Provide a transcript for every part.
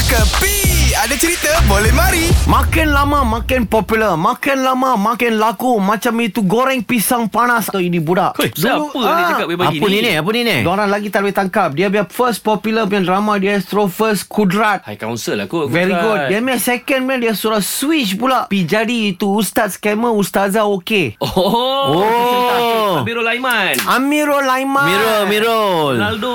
Kepi Ada cerita boleh mari Makin lama makin popular Makin lama makin laku Macam itu goreng pisang panas Atau ini budak ah. Hei, siapa ni cakap pagi-pagi Apa ni ni? ni? Apa ni ni? Diorang lagi tak boleh tangkap Dia punya first popular punya drama Dia throw first kudrat High council lah kot Very Kudrat. good Dia punya second punya Dia suruh switch pula Pi jadi itu Ustaz scammer Ustazah okey Oh, oh. Oh. Abirul Aiman Amirul Laiman Mirul, Mirul. Ronaldo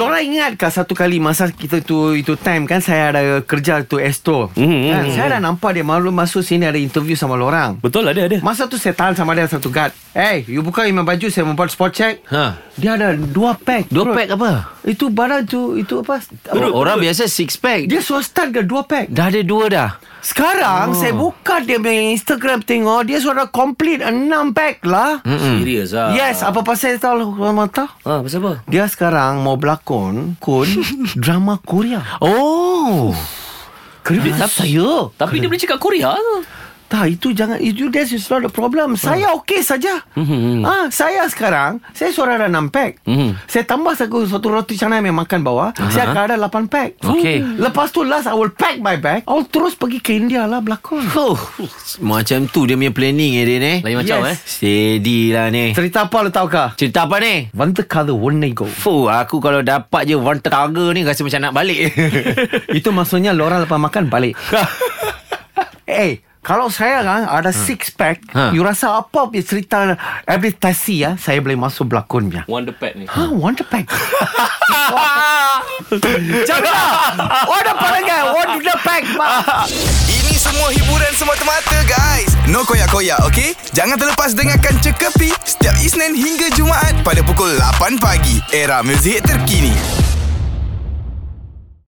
Lorang ingat ke satu kali masa kita tu itu time kan saya ada kerja tu Astro. Mm-hmm. Kan saya dah nampak dia malu masuk sini ada interview sama lorang. Betul lah ada ada. Masa tu saya tahan sama dia satu guard. Hey, you buka imam baju saya membuat spot check. Ha. Dia ada dua pack. Dua Perut. pack apa? Itu barang tu itu apa? Perut, Orang biasa six pack. Dia suruh start ke dua pack. Dah ada dua dah. Sekarang oh. saya buka dia punya Instagram tengok dia sudah complete enam pack lah. Mm-mm. Serius lah Yes, apa pasal saya tahu orang mata? ha, Pasal apa? Dia sekarang mau berlakon kun drama Korea. Oh. Kredit ah, saya. Tapi dia boleh cakap Korea ke? Tak, itu jangan itu that's is not a problem. Ah. Saya okey saja. Mhm, Mm-hmm. Ah, saya sekarang saya suara ada 6 pack. Mm-hmm. Mhm. Saya tambah satu satu roti canai yang makan bawah. Uh-huh. Saya akan ada 8 pack. Okey. Hmm. Lepas tu last I will pack my bag. I will terus pergi ke India lah berlakon. Oh. Macam tu dia punya planning eh dia ni. Lain macam Yes. eh Steady lah ni. Cerita apa lu tahu kah? Cerita apa ni? Vanta kada wonne go. Fuh, aku kalau dapat je one tetaga ni rasa macam nak balik. Itu maksudnya Lora lepas makan balik. eh, kalau saya kan ada six pack, Ha. you rasa apa punya cerita advertasi ya, saya boleh masuk berlakon Hmm. punya. Wonder Pet ni Ha, wonder pack. Cakap lah. Order pandangan Order pack Ini semua hiburan semata-mata guys No koyak-koyak ok Jangan terlepas dengarkan Cekapi Setiap Isnin hingga Jumaat Pada pukul 8 pagi Era muzik terkini